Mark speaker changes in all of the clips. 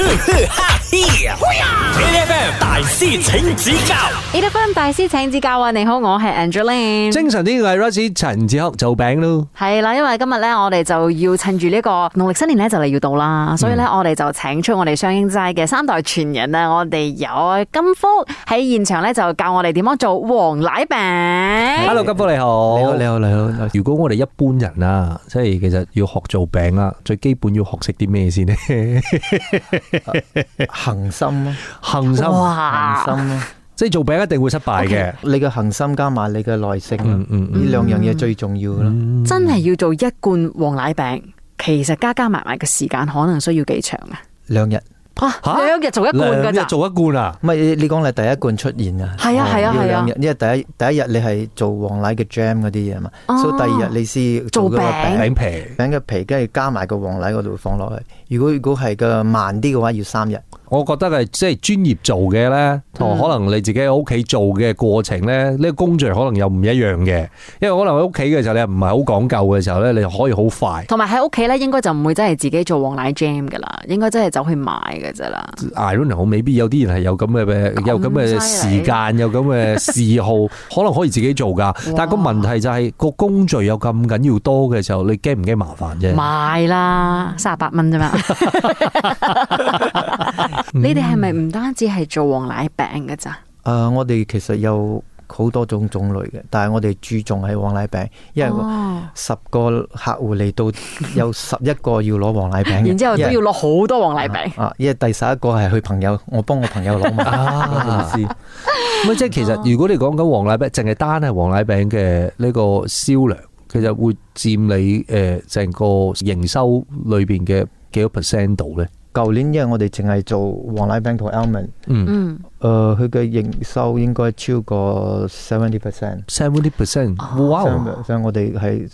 Speaker 1: 哈 FM 大師請指教
Speaker 2: 你得分大師請指教啊！你好，我係 Angeline。
Speaker 3: 精神啲嘅 Rosie 陳志學做餅咯，
Speaker 2: 係啦，因為今日咧，我哋就要趁住呢個農曆新年咧就嚟要到啦，所以咧我哋就請出我哋雙英齋嘅三代傳人啊！我哋有金福喺現場咧就教我哋點樣做黃奶餅。
Speaker 3: Hello，金福你好，
Speaker 4: 你好，你好，你好。
Speaker 3: 如果我哋一般人啊，即係其實要學做餅啦，最基本要學識啲 咩先呢？
Speaker 4: 恒心咯，
Speaker 3: 恒心，
Speaker 2: 哇！
Speaker 4: 恒心咯，
Speaker 3: 即係做餅一定會失敗嘅。
Speaker 4: 你嘅恒心加埋你嘅耐性啦，
Speaker 3: 嗯嗯
Speaker 4: 呢兩樣嘢最重要啦。
Speaker 2: 真係要做一罐黃奶餅，其實加加埋埋嘅時間可能需要幾長啊？
Speaker 4: 兩日，
Speaker 2: 哇！兩日做一罐㗎
Speaker 3: 兩
Speaker 2: 咋
Speaker 3: 日？做一罐啊！
Speaker 4: 唔係你講你第一罐出現啊，
Speaker 2: 係啊係啊
Speaker 4: 要
Speaker 2: 係啊
Speaker 4: 兩日，因為第一第一日你係做黃奶嘅 jam 嗰啲嘢啊嘛，
Speaker 2: 哦
Speaker 4: 所以第二日你先
Speaker 2: 做
Speaker 4: 做嗰個
Speaker 2: 餅
Speaker 4: 餅
Speaker 3: 餅皮，
Speaker 4: 餅嘅皮，跟住加埋個黃奶嗰度放落去。如果如果係嘅慢啲嘅話，要三日。
Speaker 3: 我覺得係即係專業做嘅呢，同可能你自己喺屋企做嘅過程呢，呢個工序可能又唔一樣嘅。因為可能喺屋企嘅時候你唔係好講究嘅時候呢，你可以好快
Speaker 2: 同埋喺屋企咧，應該就唔會真係自己做黃奶 jam 噶啦，應該真係走去買㗎咋啦。
Speaker 3: I don't know，未必有啲人係有咁嘅有咁嘅時間，有咁嘅嗜好，可 能可以自己做㗎。但係個問題就係、個工序有咁緊要多嘅時候，你驚唔驚麻煩啫？
Speaker 2: 買啦，三十八蚊啫嘛。你哋係咪唔單止係做黃奶餅嘅咋？
Speaker 4: 誒、啊我哋其實有好多種種類嘅，但係我哋注重係黃奶餅，因為
Speaker 2: 哦
Speaker 4: 十個客戶嚟到有十一個要攞黃奶餅嘅，
Speaker 2: 然之後都要攞好多黃奶餅。
Speaker 4: 啊，因為第十一個係佢朋友，我幫我朋友攞嘛，
Speaker 3: 啊
Speaker 4: 嗰個意思
Speaker 3: 咁即係其實如果你講緊黃奶餅，淨係單係黃奶餅嘅呢個銷量，其實會佔你誒成個營收裏邊嘅幾多 percent 度咧？
Speaker 4: 舊年因為我哋淨係做黃奶餅同 almond，
Speaker 3: 嗯
Speaker 2: 嗯，
Speaker 4: 誒佢嘅營收應該超過 seventy percent，
Speaker 3: ，seventy percent，哇！
Speaker 4: 所以我哋係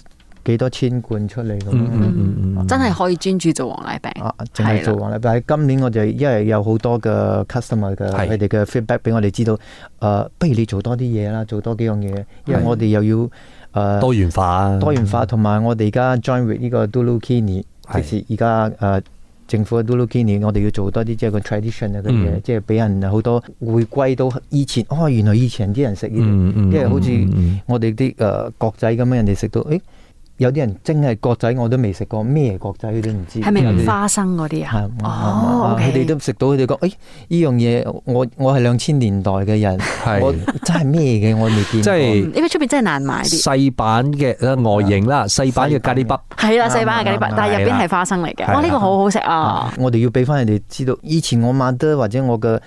Speaker 4: 幾多千罐出嚟咁
Speaker 3: 嗯
Speaker 4: 樣。
Speaker 3: 嗯嗯嗯，
Speaker 2: 真係可以專注做黃奶餅。
Speaker 4: 啊，淨係做黃奶餅。但係今年我哋因為有好多嘅 customer 嘅
Speaker 3: 係
Speaker 4: 佢哋嘅 feedback 俾我哋知道，誒、呃不如你做多啲嘢啦，做多幾樣嘢，因為
Speaker 3: 係
Speaker 4: 我哋又要誒、呃
Speaker 3: 多元化啊，
Speaker 4: 多元化，同埋我哋而家 join with 呢個 Dulukini，
Speaker 3: 係
Speaker 4: 即是而家誒政府嘅 Dulukini，我哋要做多啲即係個 tradition 啊嘅嘢，
Speaker 3: 嗯
Speaker 4: 即係俾人好多回歸到以前，哦，原來以前啲人食呢啲。
Speaker 3: 嗯，嗯嗯，
Speaker 4: 因為好似
Speaker 3: 嗯嗯
Speaker 4: 我哋啲誒角仔咁樣，人哋食到，誒有啲人真係角仔我都未食過，咩角仔佢都唔知。嗯
Speaker 2: 係
Speaker 3: 嗯
Speaker 4: 有
Speaker 2: 咪
Speaker 4: 啲
Speaker 2: 花生嗰啲啊
Speaker 4: 係？
Speaker 2: 哦
Speaker 4: 啊佢哋
Speaker 2: ，OK。
Speaker 4: 都食到，佢哋講，誒呢樣嘢，我我係兩千年代嘅人，
Speaker 3: 係
Speaker 4: 我真係咩嘅，我未見過。
Speaker 3: 即係
Speaker 2: 嗯因為出邊真係難買啲。啊
Speaker 3: 細版嘅呃外形啦，細版嘅咖喱筆，
Speaker 2: 係啦，細版嘅咖喱
Speaker 4: 啱
Speaker 2: 餅
Speaker 4: 啱，
Speaker 2: 但係入邊係花生嚟嘅。哇，呢個好好食啊！
Speaker 4: 我哋要俾翻人哋知道，以前我媽爹或者我嘅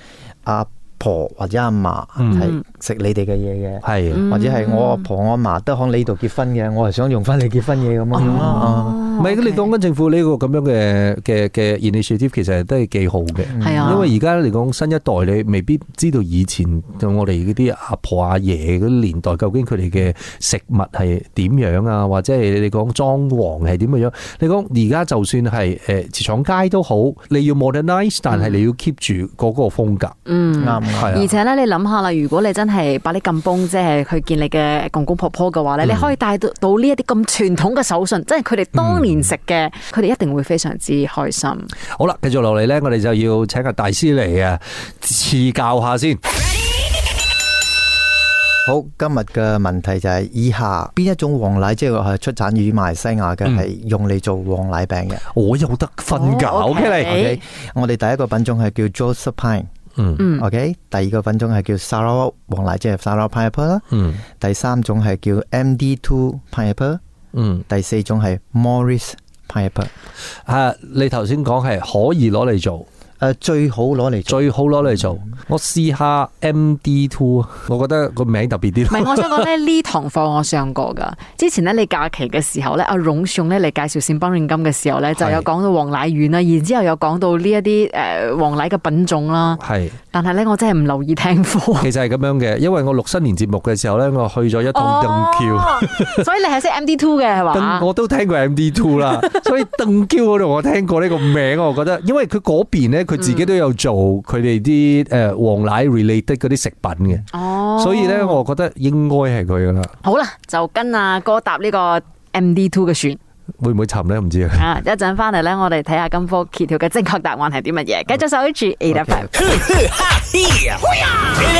Speaker 4: 阿婆或者阿嫲
Speaker 2: 嗯
Speaker 4: 係食你哋嘅嘢嘅，
Speaker 3: 係
Speaker 4: 或者係我阿婆我阿嫲都喺你度結婚嘅，我係想用翻你結婚嘢咁樣
Speaker 2: 哦
Speaker 4: 咯。
Speaker 3: 唔係你講緊政府呢個咁樣嘅嘅嘅 initiative，其實都係幾好嘅。
Speaker 2: 係啊，
Speaker 3: 因為而家嚟講新一代，你未必知道以前我哋嗰啲阿婆阿爺嗰啲年代，究竟佢哋嘅食物係點樣啊，或者係你講裝潢係點嘅樣？你講而家就算係誒茨廠街都好，你要 modernize，但係你要 keep 住嗰個風格，
Speaker 2: 嗯
Speaker 4: 啱。啱
Speaker 3: 係啊
Speaker 2: 而且咧，你諗下啦，如果你真係把啲咁崩，即係去見你嘅公公婆婆嘅
Speaker 3: 嗯
Speaker 2: 話咧，你可以帶到到呢一啲咁傳統嘅手信，即係佢哋當年食
Speaker 3: 嗯
Speaker 2: 嘅，佢哋一定會非常之開心。
Speaker 3: 好啦，繼續落嚟呢，我哋就要請阿大師嚟啊，賜教下先。
Speaker 4: 好，今日嘅問題就係以下邊一種黃奶，即係話係出產於馬來西亞
Speaker 2: 嗯
Speaker 4: 嘅，係用嚟做黃奶餅嘅。
Speaker 3: 我有得分㗎
Speaker 2: 哦
Speaker 3: ，OK
Speaker 2: OK
Speaker 3: 嚟。
Speaker 4: OK，我哋第一個品種係叫 Josephine。
Speaker 3: 嗯
Speaker 2: 嗯
Speaker 4: OK，第二個品種係叫 Sarawak 黃奶，即係 Sarawak pineapple 啦。
Speaker 3: 嗯
Speaker 4: 第三種係叫 MD2 pineapple，
Speaker 3: 嗯，
Speaker 4: 第四種係 Morris pineapple。
Speaker 3: 啊，你頭先講係可以攞嚟做，
Speaker 4: 誒，呃最好攞嚟做
Speaker 3: 最好攞嚟做。我試下 MD Two，我啊覺得個名特別
Speaker 2: 唔
Speaker 3: 啲。
Speaker 2: 係，我想講咧，呢堂課我上過噶。之前咧，你假期嘅時候咧，阿榮上咧嚟介紹善邦軟金嘅時候咧，就有講到黃奶丸啦，然之後有講到呢一啲誒黃奶嘅品種啦。
Speaker 3: 係，
Speaker 2: 但係咧，我真係唔留意聽 課。
Speaker 3: 其實係咁樣嘅，因為我錄新年節目嘅時候咧，我去咗一趟鄧 橋，
Speaker 2: 哦，所以你係識 M D Two 嘅係嘛
Speaker 3: 鄧？我都聽過 MD Two 啦，所以鄧橋嗰度我聽過呢個名，我覺得，因為佢嗰邊咧，佢自己都有做佢哋啲誒黃奶 related 嗰啲食品嘅，
Speaker 2: 哦，
Speaker 3: 所以咧，我覺得應該係佢噶啦。
Speaker 2: 好啦，就跟阿哥搭呢個 M D Two 嘅船。
Speaker 3: 會唔會沉咧？唔知啊。
Speaker 2: 啊！一陣翻嚟咧，我哋睇下金科揭曉嘅正確答案係啲乜嘢。繼續守住 A F M。
Speaker 1: A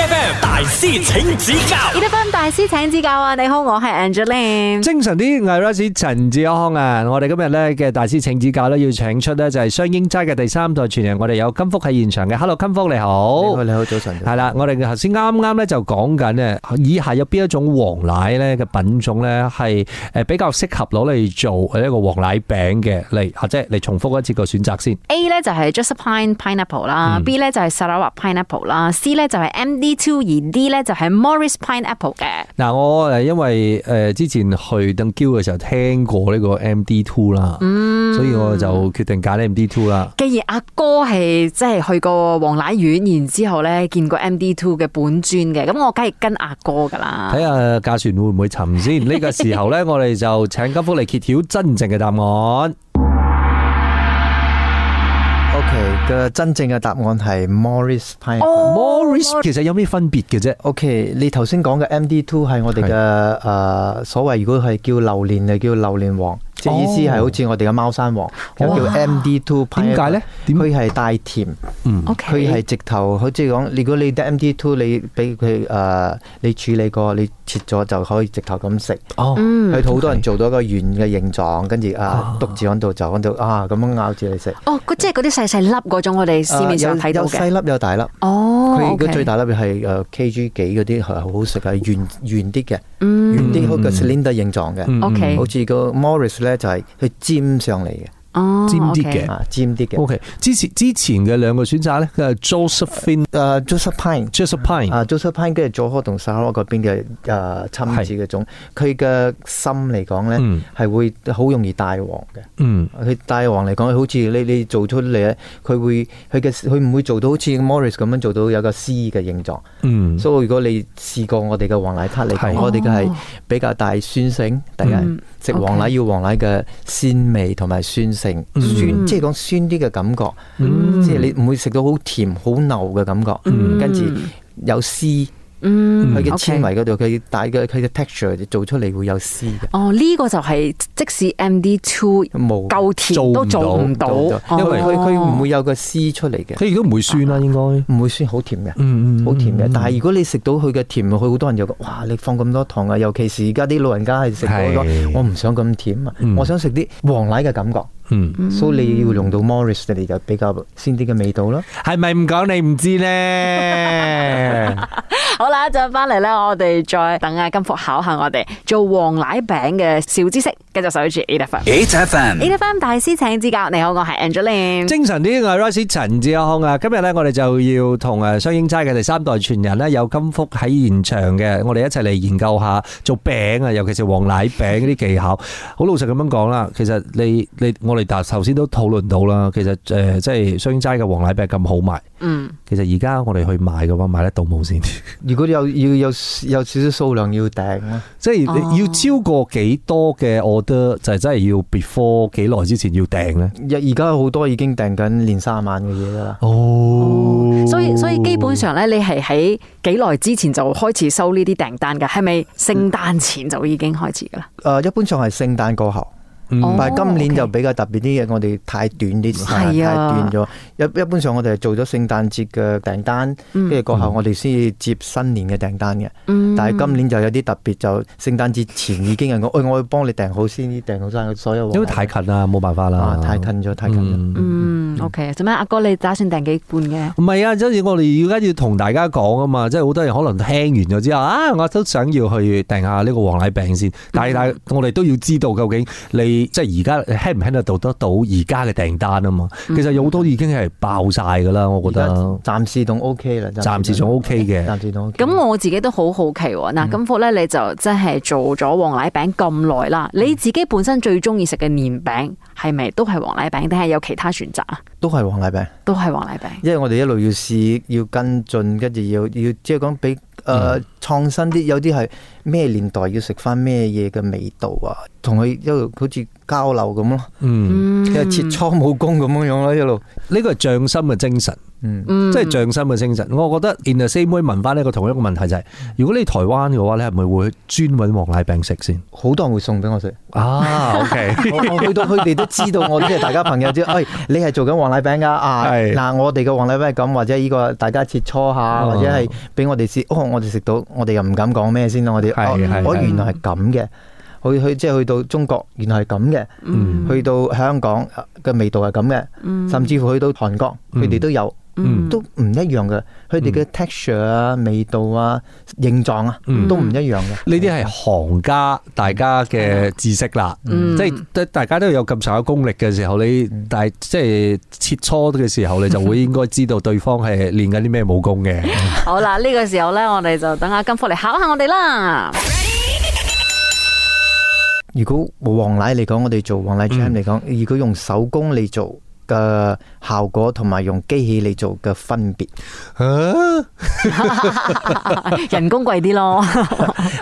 Speaker 1: F M 大師請指教
Speaker 2: e d f 大師請指教啊！你好，我係 Angeline。
Speaker 3: 精神啲，我系 Rice 陳志康啊！我哋今日咧嘅大師請指教咧，要請出咧就係雙英齋嘅第三代傳人，我哋有金福喺現場嘅。Hello，金福你好
Speaker 4: 你好，。你好，早晨。
Speaker 3: 係啦，我哋頭先啱啱咧就講緊咧，以下有邊一種黃奶咧嘅品種咧係誒比較適合攞嚟做一個黃奶餅嘅嚟，或者嚟重複一次個選擇先。
Speaker 2: A 咧就係 Josephine Pineapple 啦，B
Speaker 3: 嗯
Speaker 2: 咧就係 Sarawak Pineapple 啦，C 咧就係 M D Two，而 D 咧就係 Morris Pineapple 嘅。
Speaker 3: 嗱，我誒因為誒之前去登嬌嘅時候聽過呢個 MD Two 啦，所以我就決定揀 MD Two 啦。
Speaker 2: 既然阿哥係即係去過黃乃苑，然之後咧見過 M D Two 嘅本尊嘅，咁我梗係跟阿哥噶啦
Speaker 3: 睇。下架船會唔會沉先？呢個時候呢，我哋就請金福嚟揭曉真正嘅答案。
Speaker 4: OK，嘅真正嘅答案係 Morris Pine。
Speaker 3: 哦 Morris 其實有咩分別嘅啫？
Speaker 4: OK，你頭先講嘅 MD Two 係我哋嘅誒所謂，如果係叫榴蓮就叫榴蓮王，即係意思係好似我哋嘅貓山王，咁叫 MD Two。
Speaker 3: 哦點解呢點嗯
Speaker 4: 佢係啊帶甜，
Speaker 2: O
Speaker 4: 佢
Speaker 2: K，
Speaker 4: 係直頭，好似講，如果你得 MD Two，你俾佢誒，你處理過，你切咗就可以直頭咁食。
Speaker 3: 哦，
Speaker 2: 嗯
Speaker 4: 佢好多人做到一個圓嘅形狀，跟住啊篤住嗰度就嗰度啊咁樣咬住嚟食。啊
Speaker 2: 哦，佢即係嗰啲細細粒嗰種，我哋市面上睇到
Speaker 4: 有有
Speaker 2: 嘅。
Speaker 4: 細啊粒有大粒。
Speaker 2: 哦
Speaker 4: 佢個
Speaker 2: OK
Speaker 4: 最大粒係誒 KG 幾嗰啲係好好食係圓圓啲嘅，
Speaker 2: 嗯
Speaker 4: 圓啲好個 cylinder 形狀嘅，
Speaker 2: O K，
Speaker 4: 嗯好似個 Morris 咧就係佢尖上嚟嘅，
Speaker 2: 哦，
Speaker 3: 尖啲
Speaker 2: OK
Speaker 3: 嘅
Speaker 4: 啊尖啲嘅。
Speaker 3: OK，之前之前嘅兩個選擇咧，佢係 Josephine、
Speaker 4: 誒啊 Joseph Pine。
Speaker 3: Josephine，
Speaker 4: 啊，Joseph Pine 跟住佐科同沙拉嗰邊嘅誒侵子嘅種，佢嘅心嚟講咧
Speaker 3: 嗯
Speaker 4: 係會好容易帶黃嘅。
Speaker 3: 嗯，
Speaker 4: 佢帶黃嚟講，好似你你做出嚟咧，佢會佢嘅佢唔會做到好似 Morris 咁樣做到有個 C 嘅形狀。
Speaker 3: 嗯，
Speaker 4: 所以如果你試過我哋嘅黃奶撻嚟
Speaker 3: 係嗯
Speaker 4: 講，我哋嘅
Speaker 2: 哦
Speaker 4: 係比較大酸性，第一食黃奶要黃奶嘅鮮味同埋酸性，
Speaker 3: 嗯
Speaker 4: 酸即係講酸啲嘅感覺，即係你唔會食到好甜好牛嘅感覺，
Speaker 3: 嗯
Speaker 4: 跟住有絲，
Speaker 2: 嗯，
Speaker 4: 佢嘅
Speaker 2: OK
Speaker 4: 纖維嗰度佢帶嘅佢嘅 texture 做出嚟會有絲嘅，
Speaker 2: 哦，呢、個就係即使 M D Two
Speaker 4: 冇
Speaker 2: 夠甜
Speaker 3: 做唔
Speaker 2: 都做唔到，哦
Speaker 4: 做到因為佢佢唔
Speaker 2: 會
Speaker 4: 會有個絲出嚟嘅，
Speaker 3: 佢亦都唔會酸啦，應該，
Speaker 4: 唔會酸好甜嘅。
Speaker 3: 嗯嗯，
Speaker 4: 好甜嘅，但係如果你食到佢嘅甜，佢好多人就講：哇！你放咁多糖啊！尤其是而家啲老人家係食好多
Speaker 3: 係，
Speaker 4: 我唔想咁甜啊
Speaker 3: 嗯，
Speaker 4: 我想食啲黃奶嘅感覺。
Speaker 3: 嗯，
Speaker 4: 所以你要用到 Morris，你就比較鮮啲嘅味道啦。
Speaker 3: 係咪唔講你唔知咧？
Speaker 2: 好啦，一陣翻嚟咧，我哋再等阿金福考下我哋做黃奶餅嘅小知識，繼續守住 A F M。
Speaker 1: ，H F M
Speaker 2: A F M 大師請指教，你好，我係 Angeline。
Speaker 3: 精神啲，我系 Rice 陳志康啊！今日咧，我哋就要同诶雙英齋嘅第三代傳人咧，有金福喺現場嘅，我哋一齊嚟研究下做餅啊，尤其是黃奶餅嗰啲技巧。好老實咁樣講啦，其實你你我哋頭先都討論到啦，其實诶、呃即係雙英齋嘅黃奶餅咁好賣，
Speaker 2: 嗯，
Speaker 3: 其實而家我哋去買嘅話，買得到冇先？
Speaker 4: 如果有要有有少少數量要訂啦，
Speaker 3: 即係
Speaker 2: 哦
Speaker 3: 你要超過幾多嘅 order，就係真係要 before 幾耐之前要訂咧？
Speaker 4: 而而家好多已經訂緊年三晚嘅嘢啦。
Speaker 3: 哦
Speaker 2: 所以所以基本上咧，你係喺幾耐之前就開始收呢啲訂單㗎？係咪聖誕前就已經開始㗎啦？
Speaker 4: 誒，一般上係聖誕過後。
Speaker 3: 嗯
Speaker 2: 哦
Speaker 4: 但係今年就
Speaker 2: OK
Speaker 4: 比較特別啲嘅，我哋太短啲時間，
Speaker 2: 係
Speaker 4: 太
Speaker 2: 啊
Speaker 4: 短咗。一一般上我哋係做咗聖誕節嘅訂單，
Speaker 2: 嗯
Speaker 4: 跟住過後我哋先至接新年嘅訂單嘅。但係今年就有啲特別，就聖誕節前已經有人講，誒，我要幫你訂好先，訂好晒所有。
Speaker 3: 因為太近啦，冇辦法啦
Speaker 4: 啊，，太近咗，太近咗。
Speaker 3: 嗯
Speaker 2: 嗯，OK，做咩？阿哥你打算訂幾罐嘅？
Speaker 3: 唔係啊，即係我哋而家要同大家講啊嘛，即係好多人可能聽完咗之後啊，我都想要去訂下呢個黃奶餅先。但係但
Speaker 2: 嗯
Speaker 3: 係我哋都要知道究竟你即係而家 handle 唔 handle 到得到而家嘅訂單啊嘛。
Speaker 2: 嗯
Speaker 3: 其實有好多已經係爆晒㗎啦，我覺得
Speaker 4: 而家暫時仲 OK 啦，
Speaker 3: 暫時仲 OK 嘅。
Speaker 4: 暫時仲 OK。
Speaker 2: 咁我自己都好好奇喎，
Speaker 3: 嗯
Speaker 2: 嗱，金福咧你就真係做咗黃奶餅咁耐啦，
Speaker 3: 嗯
Speaker 2: 你自己本身最中意食嘅年餅係咪都係黃奶餅，定係有其他選擇啊？
Speaker 4: 都係黃禮餅。
Speaker 2: 都係黃奶餅。
Speaker 4: 因為我哋一路要試，要跟進，跟住要要即係講
Speaker 3: 嗯
Speaker 4: 比誒、呃創新啲，有啲係咩年代要食翻咩嘢嘅味道啊？同佢一路好似交流咁咯，
Speaker 3: 嗯，
Speaker 4: 即係切磋武功咁樣樣咯，一路。
Speaker 3: 呢個係匠心嘅精神，
Speaker 4: 嗯，
Speaker 3: 即係匠心嘅精神。我覺得 in the same way 問翻呢個同一個問題就係、如果你台灣嘅話，你係咪會專揾黃奶餅食先？
Speaker 4: 好多人會送俾我食。
Speaker 3: 啊，OK，
Speaker 4: 我我 去到佢哋都知道我即係大家朋友知，哎，你係做緊黃奶餅㗎啊！
Speaker 3: 係
Speaker 4: 嗱，我哋嘅黃奶餅係咁，或者呢個大家切磋下，
Speaker 3: 哦
Speaker 4: 或者係俾我哋試。哦，我哋食到，我哋又唔敢講咩先啦。我哋
Speaker 3: 係
Speaker 4: 哦
Speaker 3: 係
Speaker 4: 哦，
Speaker 3: 係
Speaker 4: 原來係咁嘅。去去即係去到中國，原來係咁嘅。
Speaker 3: 嗯
Speaker 4: 去到香港呃嘅味道係咁嘅，甚至乎去到韓國，
Speaker 3: 嗯
Speaker 4: 佢哋都有，
Speaker 3: 嗯
Speaker 4: 都唔一樣嘅。佢哋嘅 texture 啊、味道啊、形狀啊
Speaker 3: 嗯，
Speaker 4: 都唔一樣嘅。
Speaker 3: 呢啲係行家大家嘅知識啦，
Speaker 2: 嗯
Speaker 3: 即係大家都有咁上下功力嘅時候，你但係即係切磋嘅時候，你就會應該知道對方係練緊啲咩武功嘅。
Speaker 2: 好啦，呢、个时候咧，我哋就等阿金福嚟考下我哋 啦。
Speaker 4: 如果冇黃奶嚟講，我哋做黃奶
Speaker 3: 嗯
Speaker 4: jam 嚟講，如果用手工嚟做嘅效果，同埋用機器嚟做嘅分別。
Speaker 2: 人工貴啲咯，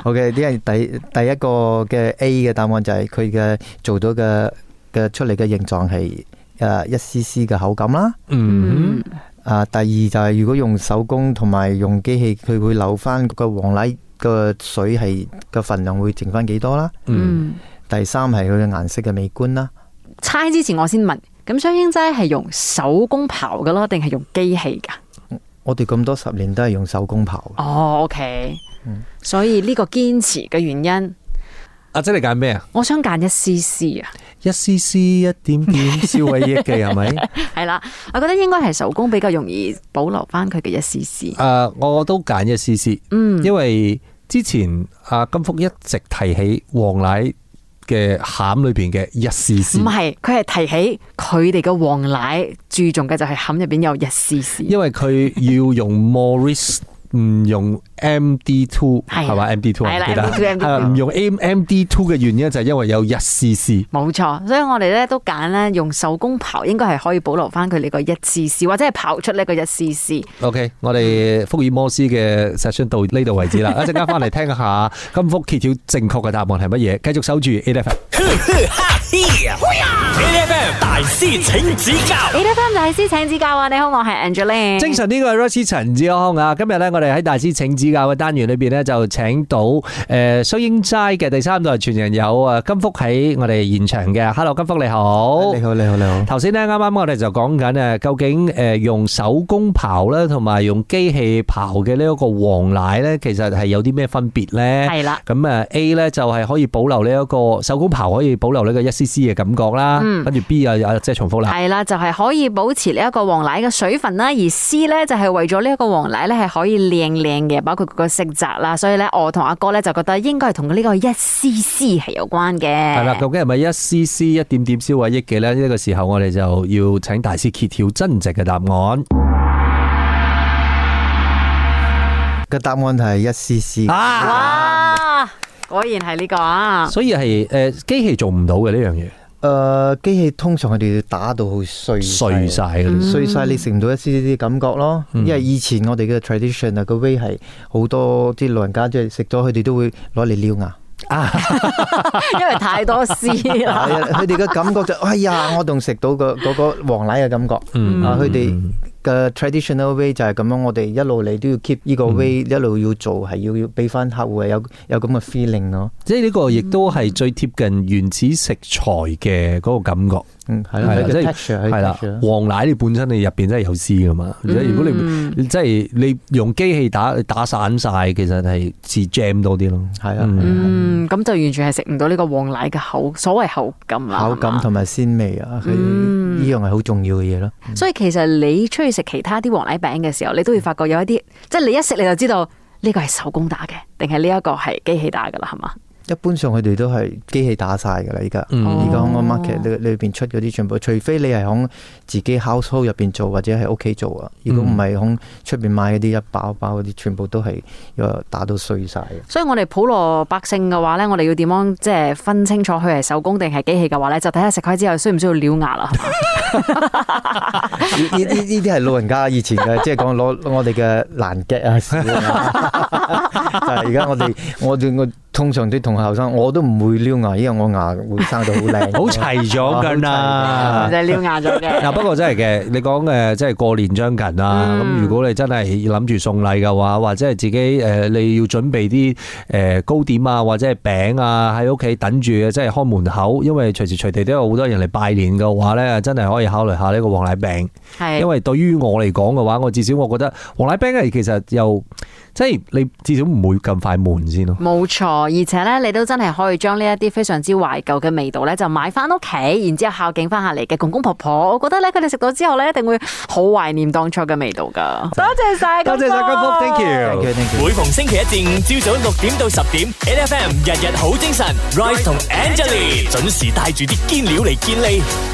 Speaker 4: OK，啲人第第一個嘅 A 嘅答案就係佢嘅做到嘅嘅出嚟嘅形狀係誒一絲絲嘅口感啦。
Speaker 3: 嗯，
Speaker 4: 啊，第二就係如果用手工同埋用機器，佢會留翻個黃奶嘅水係嘅份量會剩翻幾多啦。
Speaker 3: 嗯，
Speaker 4: 第三係佢嘅顏色嘅美觀啦。
Speaker 2: 猜之前我先問，咁雙英齋係用手工刨噶咯，定係用機器噶？
Speaker 4: 我哋咁多十年都係用手工刨嘅。
Speaker 2: 哦，OK，所以呢個堅持嘅原因，
Speaker 3: 阿姐你揀咩啊？
Speaker 2: 我想揀一絲絲啊，
Speaker 3: 一絲絲一點點，消毀億嘅係咪？
Speaker 2: 係啦，我覺得應該係手工比較容易保留翻佢嘅一絲絲。
Speaker 3: 誒，我都揀一絲絲，
Speaker 2: 嗯
Speaker 3: 因為之前阿金福一直提起黃奶嘅餡裏邊嘅一絲
Speaker 2: 唔
Speaker 3: 絲，
Speaker 2: 係，佢係提起佢哋嘅黃奶注重嘅就係餡入邊有一絲絲。
Speaker 3: 因為佢要 用 Morris。唔用 MD two
Speaker 2: 係啊
Speaker 3: 係嘛 MD two
Speaker 2: 係啦
Speaker 3: 記得
Speaker 2: MD2
Speaker 3: 係啦唔用 M MD two 嘅原因就係因為有一絲絲，
Speaker 2: 冇錯，所以我哋咧都揀咧用手工刨，應該係可以保留翻佢呢個一絲絲，或者係刨出呢個一絲絲。
Speaker 3: OK，我哋福爾摩斯嘅 session 到呢度 為止啦，一陣間翻嚟聽下金福揭曉正確嘅答案係乜嘢，繼續守住 A F M。
Speaker 1: 哈嘿呀！A F M 大師請指教
Speaker 2: A F M 大師請指教啊！你好，我係 Angeline。
Speaker 3: 精神呢個係 Rosie 陳志康啊，今日咧我哋喺大師請指教嘅單元裏邊咧就請到誒蘇英齋嘅第三代傳人有啊金福喺我哋現場嘅，Hello 金福你好
Speaker 4: 你。好，你好，你好。
Speaker 3: 頭先咧，啱啱我哋就講緊誒，究竟誒用手工刨咧，同埋用機器刨嘅呢一個黃奶咧，其實係有啲咩分別咧？
Speaker 2: 係啦
Speaker 3: 咁誒 A 咧就係可以保留呢一個手工刨可以保留呢個一絲絲嘅感覺啦，
Speaker 2: 嗯
Speaker 3: 跟住 B 啊啊即係重複啦，
Speaker 2: 係啦，就係可以保持呢一個黃奶嘅水分啦，而 C 咧就係為咗呢一個黃奶咧係可以靚靚嘅，包括佢個色澤啦，所以咧我同阿哥咧就覺得應該係同呢個一絲絲係有關嘅。
Speaker 3: 係啦，究竟係咪一絲絲一點點消毀益嘅咧？呢個時候我哋就要請大師揭曉真正嘅答案
Speaker 4: 嘅答案係一絲絲。
Speaker 3: 啊！
Speaker 2: 哇，果然係呢個啊！
Speaker 3: 所以係誒機器做唔到嘅呢樣嘢，
Speaker 4: 誒，機器通常佢哋要打到好碎嗯
Speaker 3: 碎晒嘅。
Speaker 4: 碎晒你食唔到一絲絲啲感覺咯。因為以前我哋嘅 tradition 啊，個 way 係好多啲老人家即係食咗佢哋都會攞嚟撩牙。
Speaker 2: 因為太多絲啦。
Speaker 4: 係啊，佢哋嘅感覺就哎呀，我仲食到個嗰個黃奶嘅感覺。啊，佢哋
Speaker 3: 嗯
Speaker 4: 嘅 traditional way 就係咁樣，我哋一路嚟都要 keep 呢個
Speaker 3: 嗯
Speaker 4: way，一路要做係要要俾翻客戶係啊有有咁嘅 feeling 咯。
Speaker 3: 即係呢個亦都係最貼近原始食材嘅嗰個感覺，
Speaker 4: 嗯，係
Speaker 3: 係啦啊
Speaker 4: 啦，
Speaker 3: 即係
Speaker 4: 佢嘅 texture
Speaker 3: 係啦
Speaker 4: texture 咯。
Speaker 3: 黃奶你本身你入邊真係有絲噶嘛，而且如果你你即係你用機器打打散晒，其實係似 jam 多啲咯。
Speaker 4: 係啊，
Speaker 2: 嗯，咁就完全係食唔到呢個黃奶嘅口，所謂口感啦。
Speaker 4: 口感
Speaker 2: 係嘛
Speaker 4: 同埋鮮味啊，佢
Speaker 3: 嗯
Speaker 4: 呢樣係好重要嘅嘢咯。
Speaker 2: 所以其實你出去食其他啲黃奶餅嘅時候，你都會發覺有一啲，即係你一食你就知道呢個係手工打嘅，定係呢一個係機器打噶啦，係嘛？
Speaker 4: 一般上佢哋都係機器打晒㗎啦，依家
Speaker 3: 嗯
Speaker 4: 而家香港 market 裏裏邊出嗰啲全部，除非你係響自己 household 入邊做或者喺屋企做啊。如
Speaker 3: 嗯
Speaker 4: 果唔係響出邊買嗰啲一包包嗰啲，全部都係又打到碎晒啊嘅。
Speaker 2: 所以我哋普羅百姓嘅話咧，我哋要點樣即係分清楚佢係手工定係機器嘅話咧，就睇下食開之後需唔需要撩 牙啦。係嘛
Speaker 4: 呢呢呢呢啲係老人家以 前嘅，即係講攞攞我哋嘅難 get 啊，屎啊就係而家我哋我哋我通常啲同後生我都唔會撩牙，因為我牙會生到好 靚，
Speaker 3: 好齊咗㗎啦
Speaker 2: 就。係撩牙 咗嘅。
Speaker 3: 嗱，不過真係嘅，你講誒，即係過年將近啦。咁、如果你真係諗住送禮嘅話，或者係自己誒、呃你要準備啲誒、呃糕點啊，或者係餅啊，喺屋企等住嘅，即係開門口，因為隨時隨地都有好多人嚟拜年嘅話咧，真係可以考慮下呢個黃奶餅。
Speaker 2: 係
Speaker 3: 因為對於我嚟講嘅話，我至少我覺得黃奶餅係其實又即係你至少唔會咁快悶先咯。
Speaker 2: 冇錯，而且咧，你都真係可以將呢一啲非常之懷舊嘅味道咧，就買翻屋企，然之後孝敬翻下嚟嘅公公婆婆。我覺得咧，佢哋食到之後咧，一定會好懷念當初嘅味道噶。多謝晒，
Speaker 3: 多謝晒金福，thank you。
Speaker 4: Thank you, thank you.
Speaker 1: 每逢星期一至五朝早六點到十點，N F M 日日好精神，Rise 同 Angelie 準時帶住啲堅料嚟健利。